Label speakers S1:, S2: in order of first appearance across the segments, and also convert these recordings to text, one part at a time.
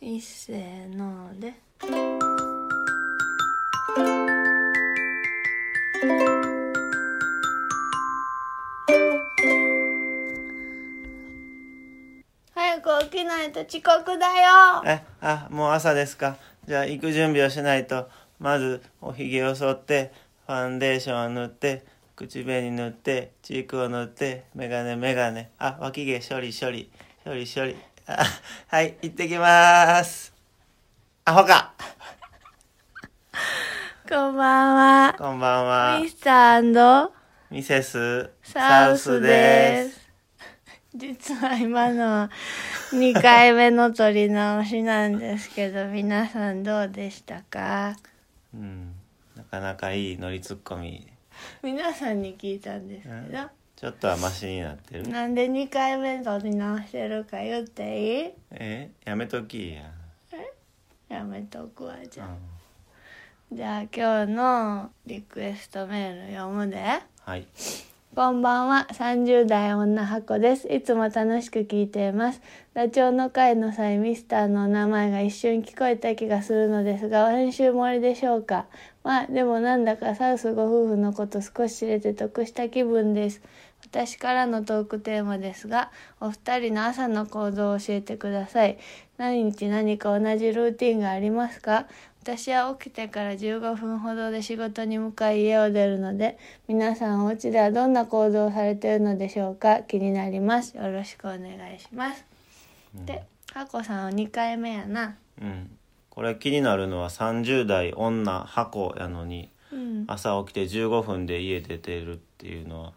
S1: いっせーので早く起きないと遅刻だよ
S2: えあもう朝ですかじゃあ行く準備をしないとまずおひげを剃ってファンデーションを塗って口紅塗ってチークを塗ってメガネメガネあ脇毛処理処理処理処理あはい行ってきますアホか
S1: こんばんは
S2: こんばんは
S1: ミスター
S2: ミセス
S1: サウスです実は今のは2回目の撮り直しなんですけど皆さんどうでしたか
S2: うんなかなかいい乗りツッコミ
S1: 皆さんに聞いたんですけど、
S2: ちょっとはマシになってる
S1: なんで2回目撮り直してるか言っていい
S2: えやめときや、
S1: やめとくわじ
S2: う
S1: ゃあ、
S2: ん、
S1: じゃあ今日のリクエストメール読むで
S2: はい
S1: こんばんは30代女箱ですいつも楽しく聞いていますダチョウの会の際ミスターのお名前が一瞬聞こえた気がするのですが練習漏れでしょうかまあでもなんだかサウスご夫婦のこと少し知れて得した気分です私からのトークテーマですがお二人の朝の行動を教えてください何日何か同じルーティンがありますか私は起きてから15分ほどで仕事に向かい家を出るので皆さんお家ではどんな行動をされているのでしょうか気になりますよろしくお願いします、
S2: うん
S1: で、ハコさんは2回目やな
S2: うん、これ気になるのは30代女箱やのに
S1: うん
S2: 朝起きて15分で家出てるっていうのは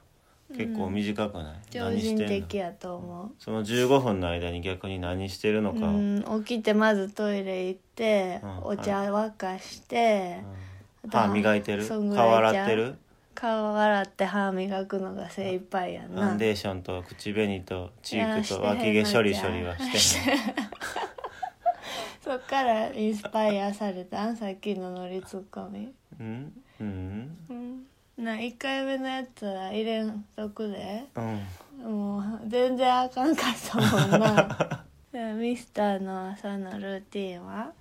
S2: 結構短くない、
S1: 常
S2: 何し
S1: 人
S2: てんの
S1: 的やと思
S2: その15分の間に逆に何してるの
S1: う
S2: か、
S1: うん起きてまずトイレ行って、
S2: うん
S1: お茶沸かして、
S2: うん
S1: あとは
S2: 歯磨いてる
S1: そん
S2: 顔
S1: ぐらいちゃう
S2: 洗ってる
S1: 顔洗って歯磨くのが精一杯や
S2: フ
S1: な
S2: ァンデーションと口紅とチークと
S1: いや
S2: 脇
S1: してへん
S2: 毛処理
S1: なんち
S2: 処
S1: ゃう
S2: 理はし てない
S1: そっからインスパイアされたんさっきのノリツッコミ
S2: うんうん
S1: うんな1回目のやつは入れんとくで
S2: うん
S1: もう全然あかんかったもん なでミスターの朝のルーティンは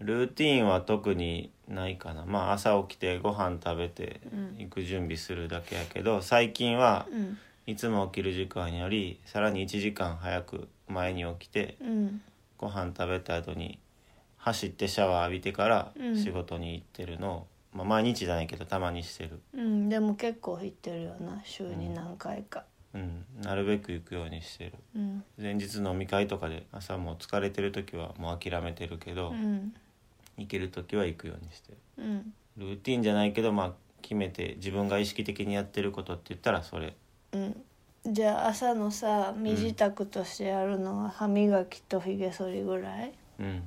S2: ルーティーンは特にないかなまあ朝起きてご飯食べて
S1: うん
S2: 行く準備するだけやけど、最近は
S1: うん
S2: いつも起きる時間よりさらに1時間早く前に起きて
S1: うん
S2: ご飯食べた後に走ってシャワー浴びてから
S1: うん
S2: 仕事に行ってるのを、まあ、毎日じゃないけどたまにしてる、
S1: うんでも結構行ってるよな週に何回か
S2: うん、なるべく行くようにしてる
S1: うん
S2: 前日飲み会とかで朝もう疲れてる時はもう諦めてるけど、
S1: うん
S2: 行ける時は行くようにしてる
S1: うん
S2: ルーティンじゃないけどまあ決めて自分が意識的にやってることって言ったらそれ
S1: うんじゃあ朝のさ身支度としてやるのは歯磨きとひげ剃りぐらい
S2: うん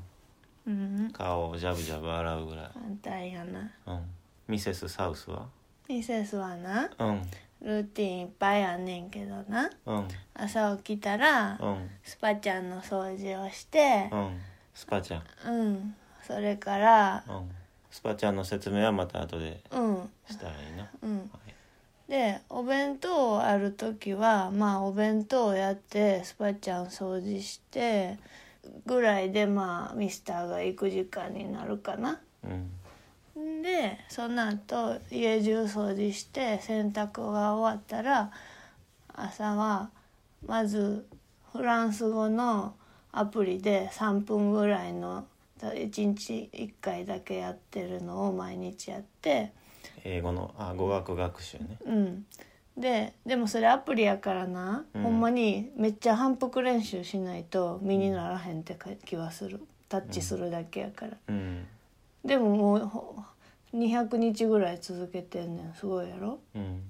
S1: うん
S2: 顔をジャブジャブ洗うぐらい、
S1: 反対やな
S2: うん、ミセスサウスは
S1: ミセスはな
S2: うん
S1: ルーティンいっぱいあんねんけどな
S2: うん
S1: 朝起きたら
S2: うん
S1: スパちゃんの掃除をして
S2: うんスパちゃん
S1: うんそれから
S2: うんスパちゃんの説明はまた後で
S1: うん
S2: したらいいな
S1: うん
S2: はい
S1: でお弁当ある時はまあお弁当をやってスパちゃん掃除してぐらいでまあミスターが行く時間になるかな
S2: うん
S1: んでその後家中掃除して洗濯が終わったら朝はまずフランス語のアプリで3分ぐらいの1日1回だけやってるのを毎日やって
S2: 英語のあ語学学習ね
S1: うんででもそれアプリやからな、
S2: うん
S1: ほんまにめっちゃ反復練習しないと身にならへんってか気はするタッチするだけやから。
S2: うん
S1: でももうほ200日ぐらい続けてんねんすごいやろ
S2: うん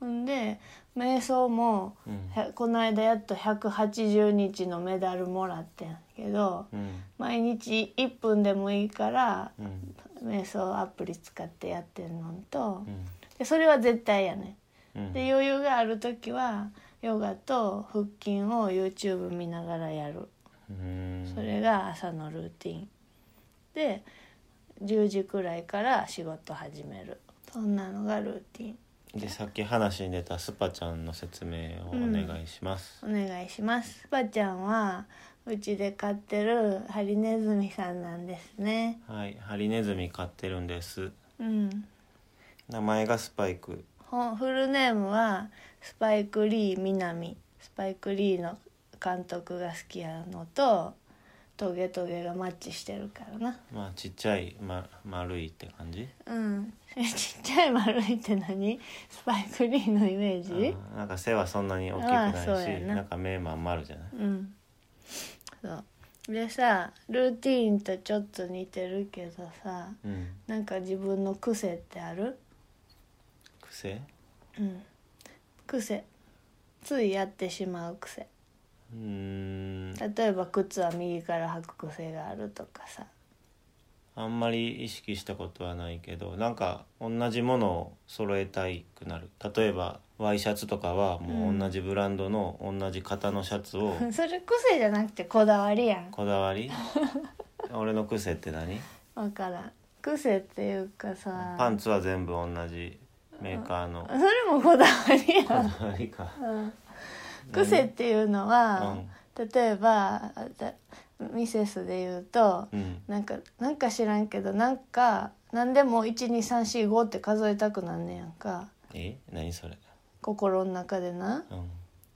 S1: ほんで瞑想も
S2: うん
S1: へこの間やっと180日のメダルもらってんけど
S2: うん
S1: 毎日1分でもいいから
S2: うん
S1: 瞑想アプリ使ってやってんのんと
S2: うん
S1: でそれは絶対やね
S2: うん
S1: んで余裕がある時はヨガと腹筋を YouTube 見ながらやる
S2: うん
S1: それが朝のルーティンで10時くらいから仕事始めるそんなのがルーティン
S2: でさっき話に出たスパちゃんの説明をお願いします、
S1: お願いしますスパちゃんはうちで飼ってるハリネズミさんなんですね
S2: はいハリネズミ飼ってるんです
S1: うん
S2: 名前がスパイク
S1: ほんフルネームはスパイク・リー・ミナミスパイク・リーの監督が好きやのとトゲトゲがマッチしてるからな
S2: まあちっちゃい、ま、丸いって感じ
S1: うんえちっちゃい丸いって何スパイク・リーのイメージ
S2: あーなんか背はそんなに大きく
S1: あ
S2: な
S1: ーそう
S2: い
S1: や
S2: し
S1: な
S2: なんか目まん丸じゃない
S1: うんそうでさルーティーンとちょっと似てるけどさ
S2: うん
S1: なんか自分の癖ってある
S2: 癖
S1: うん癖ついやってしまう癖
S2: うーん
S1: 例えば靴は右から履く癖があるとかさ
S2: あんまり意識したことはないけどなんか同じものを揃えたいくなる例えばワイシャツとかはもう同じブランドの同じ型のシャツを
S1: それ癖じゃなくてこだわりやん
S2: こだわり俺の癖って何
S1: 分からん癖っていうかさ
S2: パンツは全部同じメーカーの
S1: それもこだわり
S2: こ
S1: やん、
S2: だわりか
S1: うん、癖っていうのは、例えばあたミセスで言うと
S2: うん
S1: なんかなんか知らんけどなんか何でも12345って数えたくなんねやんか
S2: え何それ
S1: 心の中でな
S2: うん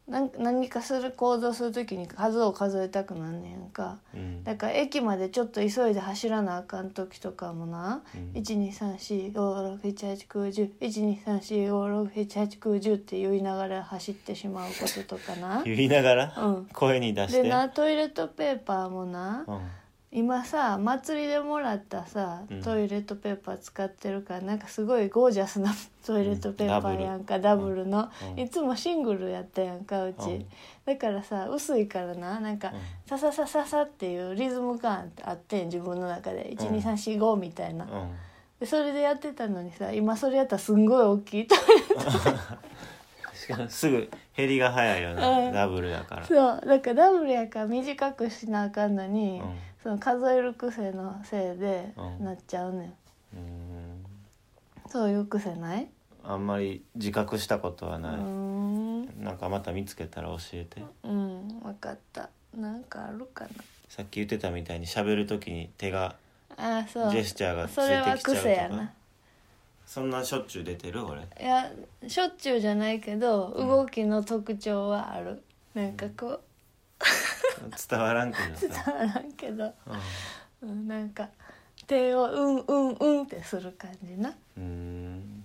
S1: なん何かする行動する時に数を数えたくなんねやんか
S2: うん
S1: だから駅までちょっと急いで走らなあかん時とかもな
S2: うん
S1: 123456789101234567890って言いながら走ってしまうこととかな
S2: 言いながら
S1: うん
S2: 声に出し
S1: で
S2: て
S1: なトイレットペーパーもな
S2: うん
S1: 今さ祭りでもらったさ
S2: うん
S1: トイレットペーパー使ってるからなんかすごいゴージャスな トイレットペーパーやんか
S2: ダ
S1: ダ
S2: ブ
S1: ブ
S2: ル
S1: ルの
S2: うん
S1: いつもシングルやったやんかう
S2: う
S1: ち
S2: ん
S1: だからさ薄いからななんか
S2: うん
S1: サササササっていうリズム感ってあってん自分の中で12345みたいな
S2: うん
S1: でそれでやってたのにさ今それやったらすんごい大きいトイ
S2: しかもすぐ減りが早いよ
S1: う
S2: なんダブルだから
S1: レそうだからダブルやから短くしなあかんのに、
S2: うん
S1: その数える癖のせいで
S2: うん
S1: なっちゃうねん
S2: うーん
S1: そういう癖ない
S2: あんまり自覚したことは
S1: う
S2: な
S1: ー
S2: い、
S1: ん
S2: なんかまた見つけたら教えて
S1: うん分かったなんかあるか
S2: さっき言ってたみたいに喋る時に手が
S1: なあーそう
S2: ジェスチャーがつ
S1: それ
S2: い
S1: は
S2: てきちゃうと
S1: 癖や
S2: か
S1: な
S2: そんなしょっちゅう出てる俺
S1: い やしょっちゅうじゃないけど
S2: うん
S1: 動きの特徴はある、なんかこ
S2: 伝わらんけど
S1: う
S2: さ、
S1: 伝わらんけど、
S2: う
S1: うん、なんか手をうんうんうんってする感じなん
S2: うーん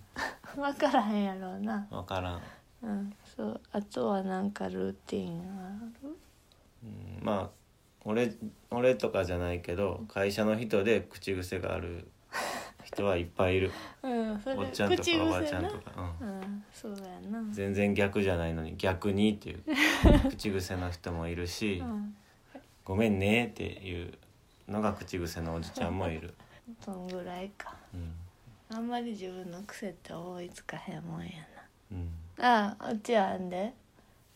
S1: 分からへんやろうな
S2: 分からん、
S1: うんそうあとはなんかルーティンはある
S2: うん、まあ俺俺とかじゃないけど会社の人で口癖がある人はいっぱいいる
S1: うん それ
S2: おっちゃんとか
S1: 口癖
S2: おばちゃん
S1: な
S2: とか、うん
S1: うんそうやな
S2: 全然逆じゃないのに逆にっていう 口癖の人もいるし、
S1: うん
S2: ごめんねっていうのが口癖のおじちゃんもいる、
S1: そんぐらいか
S2: うん
S1: あんまり自分の癖って思いつかへんもんや
S2: うん、
S1: なあうちはあんで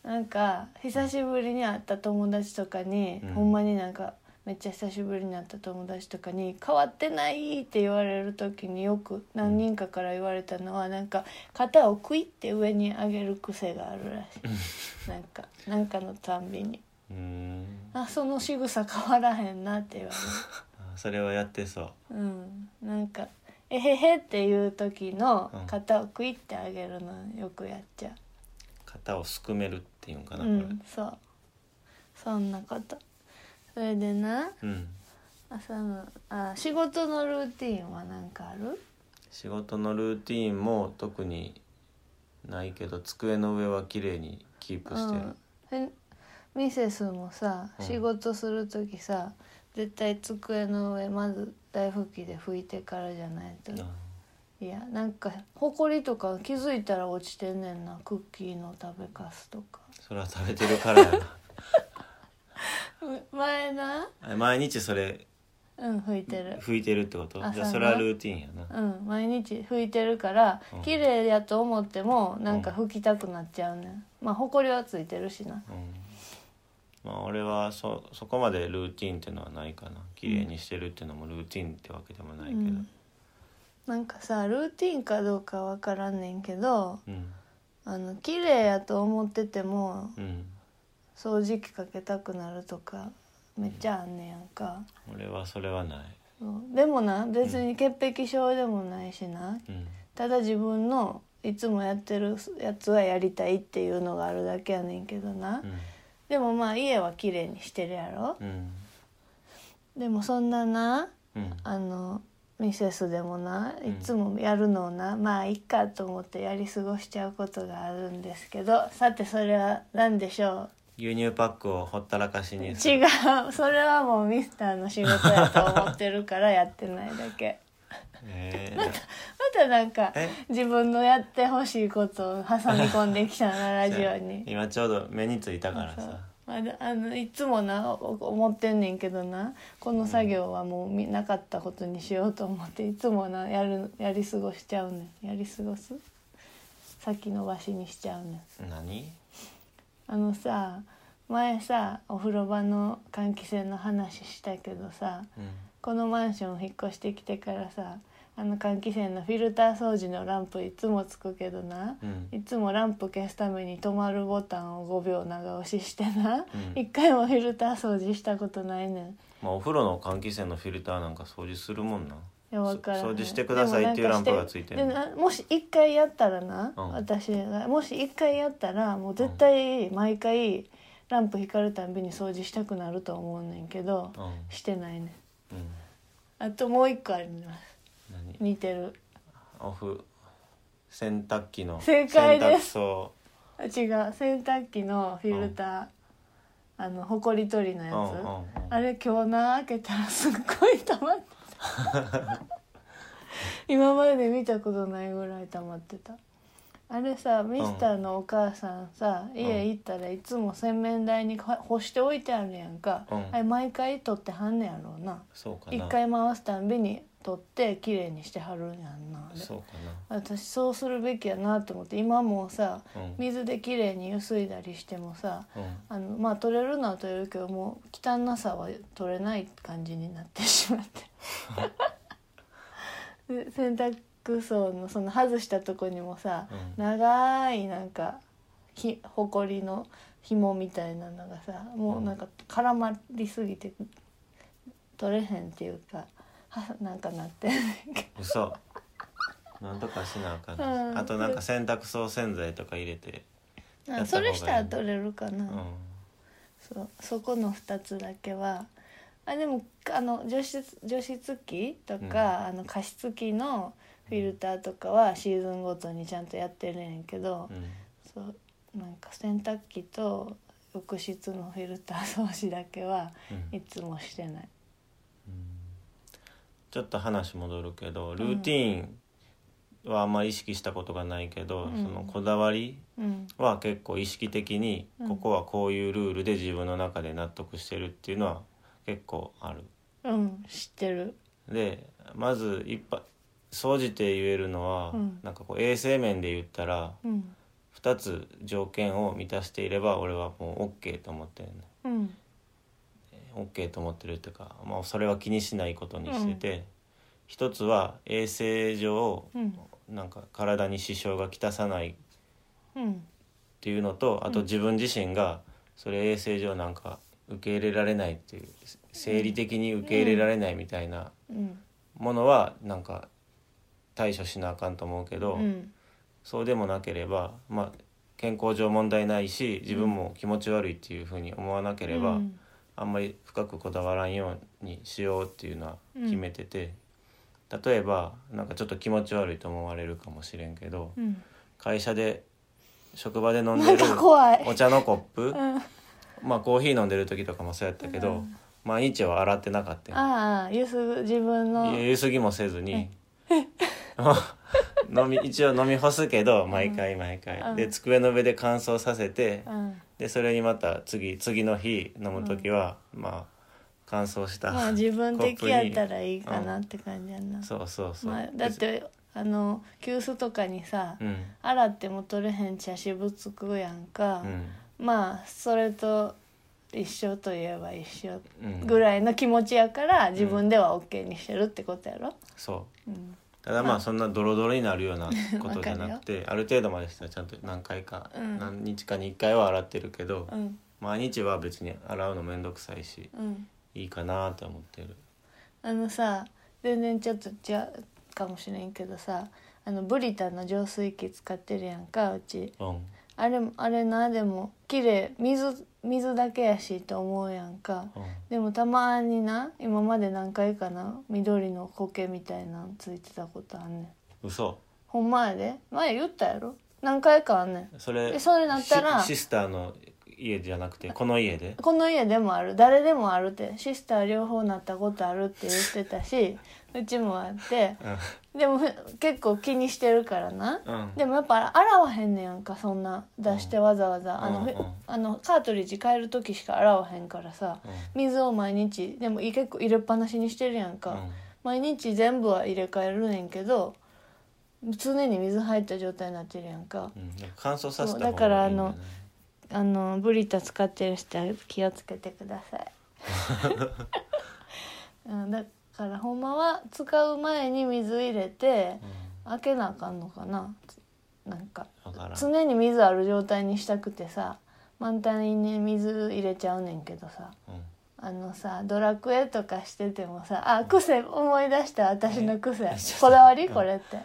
S1: なんか久しぶりに会った友達とかに、
S2: うん
S1: ほんまになんかめっちゃ久しぶりに会った友達とかに「変わってない!」って言われる時によく何人かから言われたのはなんか肩をクイって上に上げる癖があるらしいなんかなんかのたんびに
S2: うーん
S1: 「あその仕草変わらへんな」って言われる。
S2: あそれはやってそう
S1: うん、なんか「えへへ」っていう時の
S2: うん
S1: 肩をクイってあげるのよくやっちゃ
S2: 肩をすくめるっていうんか
S1: う、
S2: な
S1: う
S2: これ、うん
S1: ん、そうそんなことそれでな朝のあ仕事のルーティンは何かある
S2: 仕事のルーティーンも特にないけど机の上は綺麗にキープしてる、
S1: うんえミセスもさ
S2: うん
S1: 仕事する時さ、絶対机の上まず大拭きで拭いてからじゃないと
S2: あ
S1: いやなんかほこりとか気づいたら落ちてんねんなクッキーの食べかすとか。
S2: それは食べてるからやな
S1: 前な
S2: あ毎日それ
S1: うん拭いてる
S2: 拭いてるってこと
S1: あ
S2: じゃあ
S1: そ
S2: そうれ
S1: やな
S2: はルーティーンやな、
S1: うん毎日拭いてるから
S2: うん
S1: 綺麗やと思ってもなんか拭きたくなっちゃうねんまあほこりはついてるしな
S2: うんまあ俺はそそこまでルーティンっていうのはないかな綺麗にしてるっていうのもルーティンってわけでもないけど、
S1: うんなんかさルーティンかどうかわからんねんけど
S2: うん
S1: あの綺麗やと思ってても
S2: うん
S1: 掃除機かけたくなるとかめっちゃあんねやんか
S2: 俺はそれはない
S1: そうでもな別に潔癖症でもないしな、
S2: うん
S1: ただ自分のいつもやってるやつはやりたいっていうのがあるだけやねんけどな、でもまあ家は綺麗にしてるやろ、
S2: うんうん
S1: でもそんなな
S2: うん
S1: あのミセスでもな
S2: うん
S1: いつもやるのをな、まあいっかと思ってやり過ごしちゃうことがあるんですけどさてそれは何でしょ
S2: 牛乳パックをほったらかし
S1: う違
S2: に
S1: う
S2: する
S1: それはもうミスターの仕事やと思ってるからやってないだけ
S2: え
S1: またなんか
S2: え
S1: 自分のやってほしいことを挟み込んできたなラ
S2: ー
S1: ジオに
S2: 今ちょうど目についたから
S1: そう
S2: さ
S1: まだあのいつもなお思ってんねんけどなこの作業はもう見なかったことにしようと思っていつもなやるやり過ごしちゃうねんやり過ごす先延ばしにしちゃうねん
S2: 何
S1: あのさ前さお風呂場の換気扇の話したけどさ
S2: うん
S1: このマンション引っ越してきてからさあの換気扇のフィルター掃除のランプいつもつくけどな、
S2: うん
S1: いつもランプ消すために止まるボタンを5秒長押ししてな、
S2: うん
S1: 一回もフィルター掃除したことないねん。
S2: まあお風呂の換気扇のフィルターなんか掃除するもんない
S1: やわからへん
S2: そ掃除してくださいっていうランプがついて
S1: で
S2: る
S1: もなんかしてでなもし一回やったらな、
S2: うん
S1: 私がもし一回やったらもう絶対毎回ランプ光るたんびに掃除したくなると思うねんけど、
S2: うん
S1: してないねん
S2: うん
S1: あともう一個あります
S2: 何
S1: 似てる
S2: オフ洗濯機の
S1: 正解です
S2: 洗濯槽
S1: あ違う洗濯機のフィルター、あのほこり取りのやつ、
S2: うんうんうん
S1: あれ今日な開けたらすっごい溜まってた今まで見たことないぐらい溜まってたあれさミスターのお母さんさ、家行ったらいつも洗面台にか干しておいてあるやんか、
S2: うん
S1: あれ毎回取ってはんねやろうな
S2: そうかな
S1: 一回回すたんびに取って綺麗にしてはるんやんなあれ
S2: そうか
S1: 私そうするべきやなと思って今もうさ
S2: なうん
S1: 水で綺麗にゆすいだりしてもさ
S2: うん
S1: あのまあ取れるのは取れるけどもう汚なさは取れない感じになってしまって で洗濯槽のその外したとこにもさ、
S2: うん
S1: 長いなんかひほこりの紐みたいなのがさもうなんか絡まりすぎて取れへんっていうかはなんかな ってんねんけど
S2: 嘘なんとかしなあかんし、
S1: うん
S2: あとなんか洗濯槽洗剤とか入れてや
S1: あ
S2: った
S1: そ
S2: 方がいい
S1: れしたら取れるかな、
S2: うん
S1: そうそこの2つだけはあでもあの除湿除湿機とか、
S2: うん
S1: あの加湿器のフィルターとかはシーズンごとにちゃんとやってるんやけど、
S2: うん
S1: そうなんか洗濯機と浴室のフィルター掃除だけは
S2: うん
S1: いつもしてない。
S2: ちょっと話戻るけどルーティーンはあんまり意識したことがないけど、
S1: うん
S2: そのこだわり
S1: うん
S2: は結構意識的に
S1: うん
S2: ここはこういうルールで自分の中で納得してるっていうのは結構ある。
S1: うん、知ってる
S2: でまず一般総じて言えるのは、
S1: うん
S2: なんかこう衛生面で言ったら
S1: うん
S2: 2つ条件を満たしていれば俺はもう OK と思ってるね。
S1: うん
S2: オッケーと思ってるっていうか、まあ、それは気にしないことにしてて、一つは衛生上
S1: うん
S2: なんか体に支障がきたさないっ
S1: うん
S2: ていうのとあと
S1: うん
S2: 自分自身がそれ衛生上なんか受け入れられないっていう生理的に受け入れられないみたいな
S1: うん
S2: ものはなんか対処しなあかんと思うけど、
S1: うん
S2: そうでもなければ、まあ、健康上問題ないし自分も気持ち悪いっていうふうに思わなければ。
S1: うん
S2: あんまり深くこだわらんようにしようっていうのは
S1: うん
S2: 決めてて、例えばなんかちょっと気持ち悪いと思われるかもしれんけど
S1: うん、
S2: 会社で職場で飲ん
S1: な
S2: で
S1: ん
S2: る
S1: か怖い
S2: お茶のコップ
S1: うん
S2: まあコーヒー飲んでる時とかもそうやったけど、
S1: うん
S2: 毎日は洗ってなかったよ
S1: ああゆすぐ自分の
S2: ゆすぎもせずに 飲み一応飲み干すけど毎回毎回、
S1: うん
S2: で机の上で乾燥させて、
S1: うん
S2: でそれにまた次次の日飲む時は、まあ乾燥した、
S1: まあ自分的やったらいいかなって感じやな、
S2: そうそうそう、
S1: まあ、だってあの急須とかにさ、
S2: うん
S1: 洗っても取れへん茶渋つくやんか
S2: う、ん
S1: まあそれと一緒といえば一緒
S2: うん
S1: ぐらいの気持ちやから自分では OK にしてるってことやろ、
S2: そう
S1: うん
S2: ただ
S1: ま
S2: ま
S1: あ
S2: あそんなドロドロになるよう なことじゃなくてある程度までしたらちゃんと何回か、
S1: うん
S2: 何日かに1回は洗ってるけど、
S1: うん
S2: 毎日は別に洗うのめんどくさいし
S1: うん
S2: いいかなって思ってる
S1: あのさ全然ちょっと違うかもしれんけどさあのブリタの浄水器使ってるやんかうち
S2: うん
S1: あれあれなでも綺麗水水だけやしと思うやんか
S2: うん
S1: でもたまにな今まで何回かな緑の苔みたいなんついてたことあんねん
S2: 嘘
S1: ほんまやで前言ったやろ何回かあんねん
S2: それ
S1: えそれなったら
S2: シシスターの家じゃなくてこの家で
S1: この家でもある誰でもあるってシスター両方なったことあるって言ってたしうちもあってでもふ結構気にしてるからな
S2: うんうん
S1: でもやっぱ洗わへんねやんかそんな出してわざわざ、あのふ
S2: うんうん
S1: あのカートリッジ変える時しか洗わへんからさ水を毎日でもい結構入れっぱなしにしてるやんか、
S2: うん
S1: 毎日全部は入れ替えるねんけど常に水入った状態になってるやんか
S2: うん乾燥させた方がいいんじ
S1: そう
S2: ゃない
S1: だからあのあのブリタ使ってる人は気をつけてくだ さいうんだからほんまは使う前に水入れて
S2: うん
S1: 開けなあかんのかななんか
S2: わからん
S1: 常に水ある状態にしたくてさ満タンに水入れちゃうねんけどさ
S2: うん
S1: あのさドラクエとかしててもさあ癖思い出した私の癖
S2: え ちょっと
S1: こだわりこれって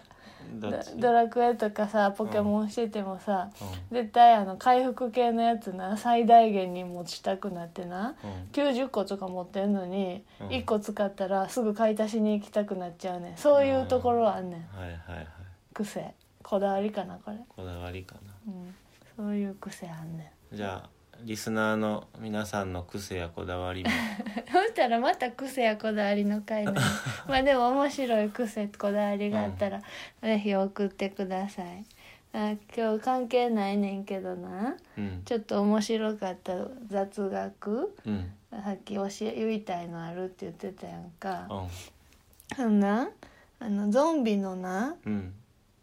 S2: ど
S1: ド
S2: っち
S1: ドラクエとかさポケモンしててもさ、
S2: う
S1: 絶対あの回復系のやつな最大限に持ちたくなってな、
S2: んうん
S1: 90個とか持ってんのに、
S2: うん
S1: 1個使ったらすぐ買い足しに行きたくなっちゃうねんそういうところはあんねん
S2: はいはいはい
S1: 癖こだわりかなこれ、
S2: こだわりかな
S1: うん、そういう癖あんねん
S2: じゃあリスナーの皆さんの癖やこだわり も
S1: そしたらまた癖やこだわりの回なのまあでも面白い癖こだわりがあったらぜひ送ってくださいあ今日関係ないねんけどな
S2: うん
S1: ちょっと面白かった雑学
S2: うんうん
S1: さっき教え言いたいのあるって言ってたやんか
S2: うん
S1: そんなあのゾンビのな
S2: うん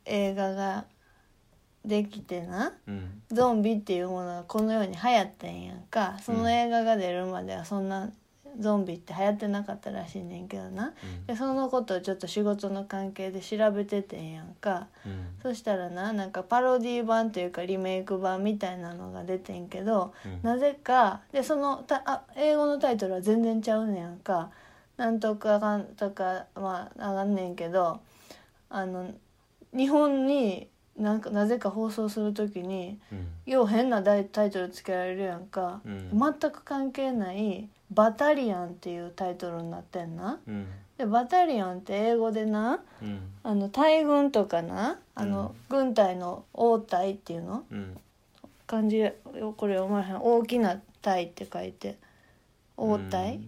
S1: 映画ができてな
S2: うん
S1: ゾンビっていうものがこの世に流行ってんやんかその映画が出るまではそんなゾンビって流行ってなかったらしいねんけどなでそのことをちょっと仕事の関係で調べててんやんか
S2: うん
S1: そしたらななんかパロディ版というかリメイク版みたいなのが出てんけど
S2: うん
S1: なぜかでそのたあ英語のタイトルは全然ちゃうねやんかなんとかがんとかまああがんねんけどあの日本になんかなぜか放送する時に
S2: うん
S1: よう変なタイタイトルつけられるやんか、
S2: うん
S1: 全く関係ない「バタリアン」っていうタイトルになってんな。
S2: うん
S1: でバタリアンって英語でな
S2: うん
S1: あの大軍とかなあの、軍隊の応隊っていうの
S2: うん
S1: 漢字をこれ読まれへん大きな隊って書いて応隊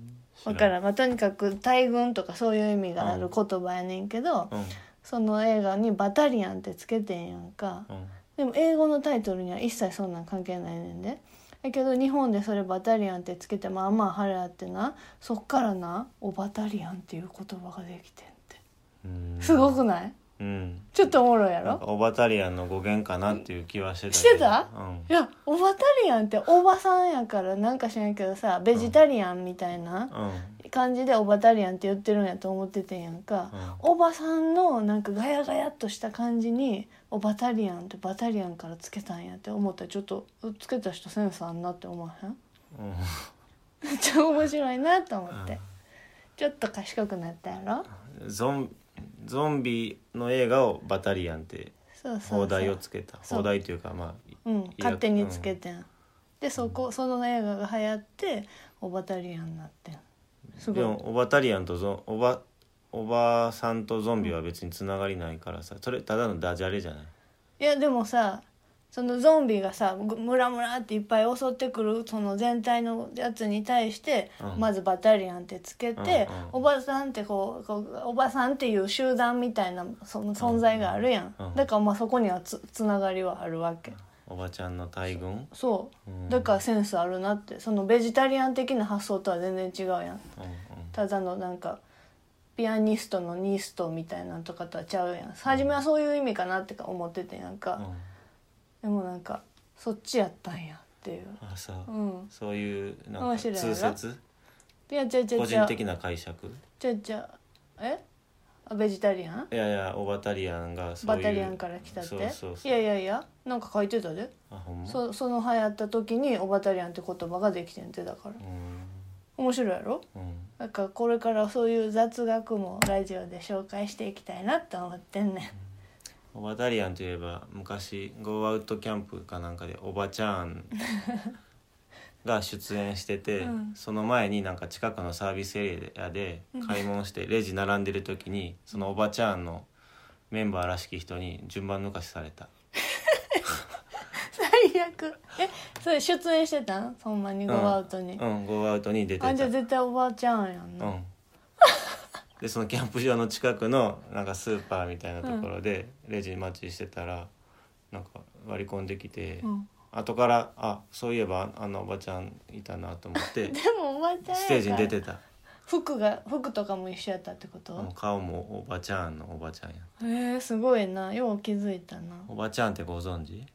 S1: わからん、まあ、とにかく大軍とかそういう意味がある言葉やねんけど、
S2: うん
S1: その映画に「バタリアン」ってつけてんやんか、
S2: うん
S1: でも英語のタイトルには一切そんなん関係ないねんでだけど日本でそれ「バタリアン」ってつけてまあまあ晴れあってなそっからな「おバタリアン」っていう言葉ができてんって。
S2: うん
S1: すごくない
S2: うん
S1: ちょっとおもろいや
S2: な
S1: ろ
S2: んかオバタリアンの語源かなっていう気はしてたけど
S1: してた
S2: うん
S1: いやおばタリアンっておばさんやからなんか知らんけどさベジタリアンみたいな
S2: うん
S1: 感じでおばタリアンって言ってるんやと思っててんやんかおばさんのなんかガヤガヤっとした感じにおばタリアンってバタリアンからつけたんやって思ったらちょっとつけた人センスあんなって思わへん
S2: うんうん
S1: めっちゃ面白いなと思っ
S2: う
S1: て
S2: ん
S1: ちょっと賢くなったやろ
S2: ゾンゾンビの映画をバタリアンって
S1: そうそうそう
S2: 放題をつけた
S1: そう
S2: 放題というかまあ
S1: うん、勝手につけてん、でそこその映画が流行ってオバタリアンになってんすご
S2: で
S1: い
S2: もオバタリアンとゾンオバおばさんとゾンビは別につながりないからさそれただのダジャレじゃない
S1: いやでもさそのゾンビがさぐムラムラっていっぱい襲ってくるその全体のやつに対して、
S2: うん
S1: まずバタリアンってつけて、
S2: うんうん
S1: おばさんってこうこうおばさんっていう集団みたいなその存在があるやん、
S2: うんうん
S1: だからまあそこにはつつながりはあるわけ
S2: おばちゃんの大群
S1: そううんだからセンスあるなってそのベジタリアン的な発想とは全然違うやん
S2: うんうん
S1: ただのなんかピアニストのニストみたいなんとかとはちゃうやん初めはそういう意味かなってか思っててなんか、
S2: うん
S1: でもなんかそっちやったんやっていう
S2: あさ
S1: うん
S2: そういうなん
S1: 面
S2: か
S1: 白いな
S2: 通説
S1: いやちゃちゃ
S2: 個
S1: ちゃ
S2: 人的な解釈
S1: ちゃちゃえあベジタリアン
S2: いやいやオバタリアンがそう
S1: バ
S2: いう
S1: タリアンから来たって
S2: そうそうそう
S1: やいやいやなんか書いてたで、
S2: あほんま
S1: そその流行った時にオバタリアンって言葉ができてんてだから
S2: うん
S1: 面白いやろ
S2: うん
S1: なんかこれからそういう雑学もラジオで紹介していきたいなと思ってんねん
S2: オバタリアンといえば昔ゴーアウトキャンプかなんかでおばち ゃんが出演してて、
S1: うん
S2: その前になんか近くのサービスエリアで買い物してレジ並んでる時にそのおばちゃんのメンバーらしき人に順番抜かしされた、
S1: 最悪えそれ出演してたんほんまに
S2: うん、
S1: ゴーアウトに、
S2: うんゴーアウトに出てた
S1: あじゃあ絶対おばあちゃんやん
S2: う
S1: な、
S2: んでそのキャンプ場の近くのなんかスーパーみたいなところでレジ待ちしてたらなんか割り込んできて、
S1: うん
S2: 後からあそういえばあのおばちゃんいたなと思っ て
S1: でもおばあちゃんやから
S2: ステージに出てた
S1: 服が服とかも一緒やったってこと、
S2: もう顔もおばちゃんのおばちゃんや
S1: へえすごいなよう気づいたな
S2: おばちゃんってご存知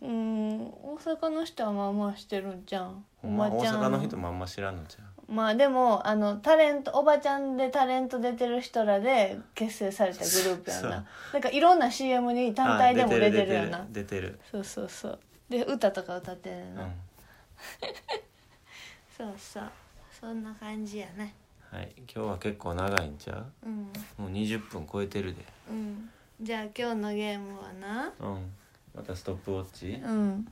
S1: うん大阪の人はまあまあしてるんじゃん
S2: ほんま
S1: おば
S2: 大
S1: ちゃん
S2: 阪の人もあんま知らんのじゃん
S1: まあでもあのタレントおばちゃんでタレント出てる人らで結成されたグループやん
S2: そう
S1: ななんかいろんな CM に単体でも
S2: あ
S1: 出てるよな
S2: 出てる
S1: そうそうそうで歌とか歌ってる
S2: 出てる
S1: な、
S2: うん
S1: そうそうそんな感じやね
S2: はい今日は結構長いんちゃ
S1: うん
S2: うもう20分超えてるで
S1: うんじゃあ今日のゲームはな
S2: うんまたストップウォッチ
S1: うん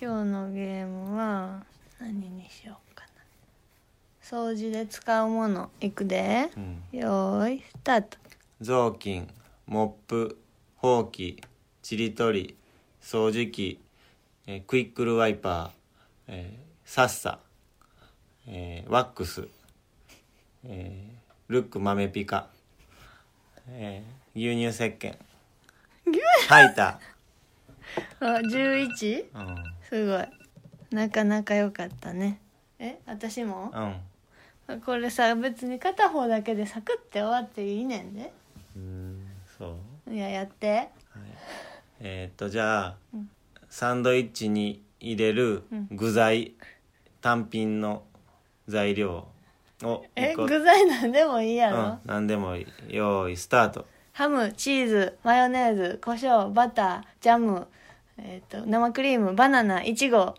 S1: 今日のゲームは何にしようかな掃除で使うものいくで
S2: うん
S1: よーいスタート
S2: 雑巾モップほうきちりとり掃除機、えークイックルワイパー、えー、サッサ、えーワックス、えールック豆ピカ、えー牛乳石鹸ハイタ
S1: あ 11?
S2: ーうん
S1: すごいなかなか良かったねえ私もこれさ別に片方だけでサクッて終わっていいねんで
S2: うんうんそう
S1: いややって
S2: えーっとじゃあ、
S1: うん
S2: サンドイッチに入れる
S1: うん
S2: 具材、単品の材料を
S1: え
S2: 一個
S1: 具材なんでもいいやろ、
S2: うん、何でもいい用意スタート
S1: ハムチーズマヨネーズ胡椒バタージャム、えー、と生クリームバナナいちご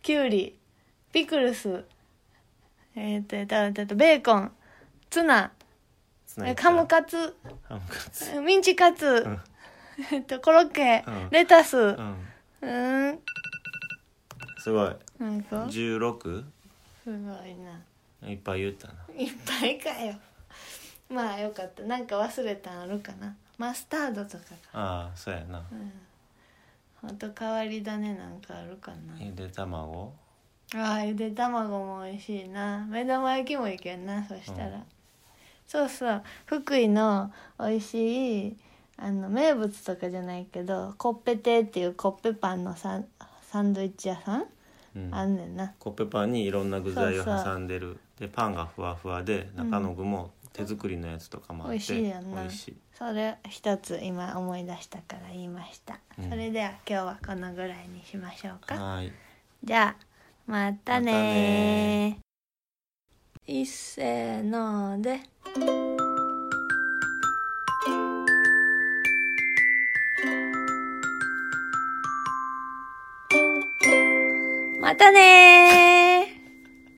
S1: きゅうりピクルスえっ、とえっ、とえーとベーコンツナ
S2: つないだ
S1: ハムカツ
S2: ハムカツ
S1: ミンチカツ、
S2: ん
S1: えっとコロッケ、
S2: うん
S1: レタスう
S2: うん
S1: ーん
S2: すごい
S1: なんかす
S2: 16?
S1: ごいない
S2: っぱい言ったない
S1: っぱいかよまあよかったなんか忘れたんあるかなマスタードとかか
S2: ああそうやな
S1: うんほんと変わり種なんかあるかな
S2: ゆで卵
S1: ああゆで卵も美味しいな目玉焼きもいけんなそしたら、そうそう福井の美味しいあの名物とかじゃないけどコッペ亭っていうコッペパンのサンサンドイッチ屋さん、
S2: うん
S1: あんねんな
S2: コッペパンにいろんな具材を
S1: そうそう
S2: 挟んでるでパンがふわふわで中の具も手作りのやつとかもあって、
S1: 美味しいやんな
S2: 美味しい
S1: それ一つ今思い出したから言いました、
S2: うん
S1: それでは今日はこのぐらいにしましょうか、
S2: はーい
S1: じゃあまたね
S2: ま
S1: ー
S2: たね
S1: いっせーのでまたねー